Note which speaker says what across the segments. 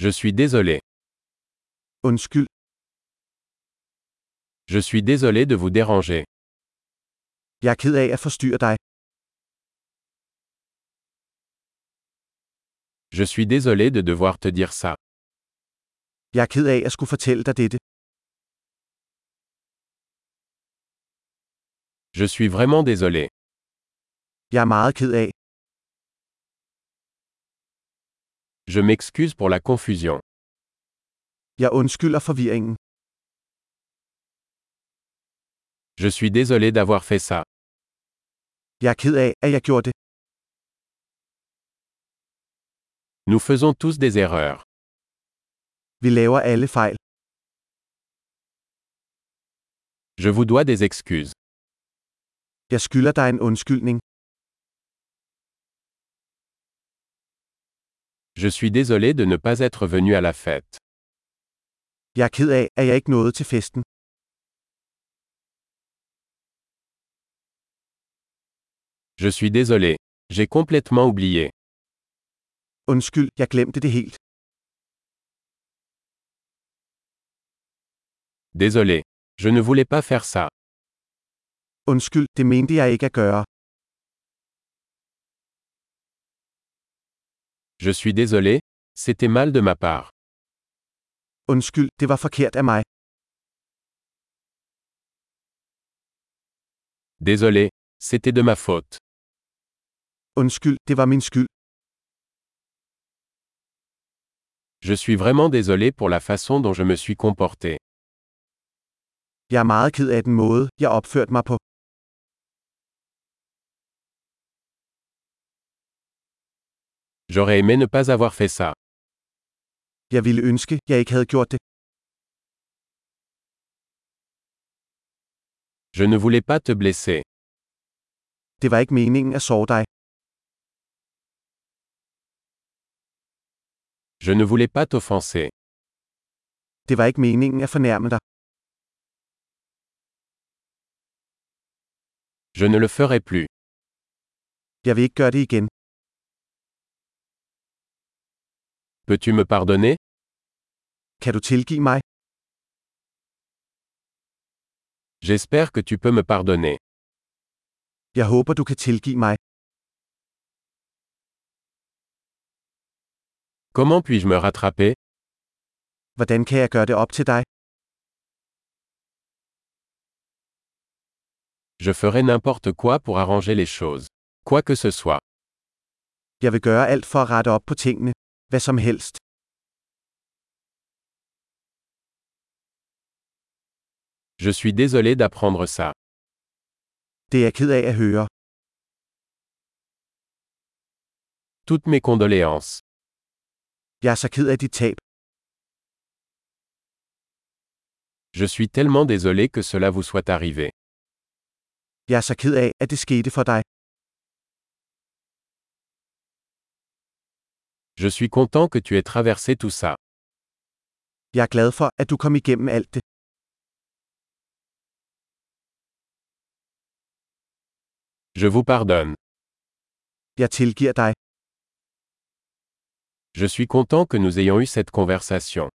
Speaker 1: Je suis désolé.
Speaker 2: Unnskyld,
Speaker 1: Je suis désolé de vous déranger.
Speaker 2: jeg er ked af at forstyrre dig.
Speaker 1: Je suis désolé de devoir te dire ça.
Speaker 2: Jeg er ked af at skulle fortælle dig dette.
Speaker 1: Je suis vraiment désolé.
Speaker 2: Jeg er meget ked af.
Speaker 1: Je m'excuse pour la confusion.
Speaker 2: Jeg undskylder forvirringen.
Speaker 1: Je suis désolé d'avoir fait ça.
Speaker 2: Jeg er ked af, at jeg gjorde det.
Speaker 1: Nous faisons tous des erreurs.
Speaker 2: Vi laver alle fejl.
Speaker 1: Je vous dois des excuses.
Speaker 2: Jeg skylder dig en undskyldning.
Speaker 1: Je suis désolé de ne pas être venu à la fête.
Speaker 2: Jeg er ked af, at jeg ikke nåede til festen.
Speaker 1: Je suis désolé. J'ai complètement oublié.
Speaker 2: Undskyld, jeg glemte det helt.
Speaker 1: Désolé. Je ne voulais pas faire ça.
Speaker 2: Undskyld, det mente jeg ikke at gøre.
Speaker 1: Je suis désolé. C'était mal de ma part.
Speaker 2: Undskyld, det var forkert af mig.
Speaker 1: Désolé. C'était de ma faute.
Speaker 2: Undskyld, det var min skyld.
Speaker 1: Je suis vraiment désolé pour la façon dont je me suis comporté.
Speaker 2: Jeg er meget ked af den måde, jeg opførte mig på.
Speaker 1: J'aurais aimé ne pas avoir fait ça.
Speaker 2: Jeg ville ønske, jeg ikke havde gjort det.
Speaker 1: Je ne voulais pas te blesser.
Speaker 2: Det var ikke meningen at sove dig.
Speaker 1: Je ne voulais pas t'offenser.
Speaker 2: Det var ikke meningen at fornærme dig.
Speaker 1: Je ne le ferai plus.
Speaker 2: Jeg vil ikke gøre det igen.
Speaker 1: Peux-tu me pardonner
Speaker 2: Kan du tilgive mig?
Speaker 1: J'espère que tu peux me pardonner.
Speaker 2: Jeg håber, du kan tilgive mig.
Speaker 1: Comment puis-je me rattraper
Speaker 2: Hvordan kan jeg gøre det op til dig?
Speaker 1: Je ferai n'importe quoi pour arranger les choses. Quoi que ce soit.
Speaker 2: Jeg vil gøre alt for at rette op på tingene. Hvad som helst.
Speaker 1: Je suis désolé d'apprendre ça.
Speaker 2: Det er jeg ked af at høre.
Speaker 1: Toutes mes condoléances.
Speaker 2: Jeg er så ked af dit tab.
Speaker 1: Je suis tellement désolé que cela vous soit arrivé.
Speaker 2: Jeg er så ked af, at det skete for dig.
Speaker 1: Je suis content que tu aies traversé tout ça.
Speaker 2: Jeg er glad for, at du kom igennem alt det.
Speaker 1: Je vous pardonne.
Speaker 2: Jeg tilgiver dig.
Speaker 1: Je suis content que nous ayons eu cette conversation.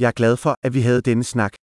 Speaker 2: Jeg er glad for, at vi havde denne snak.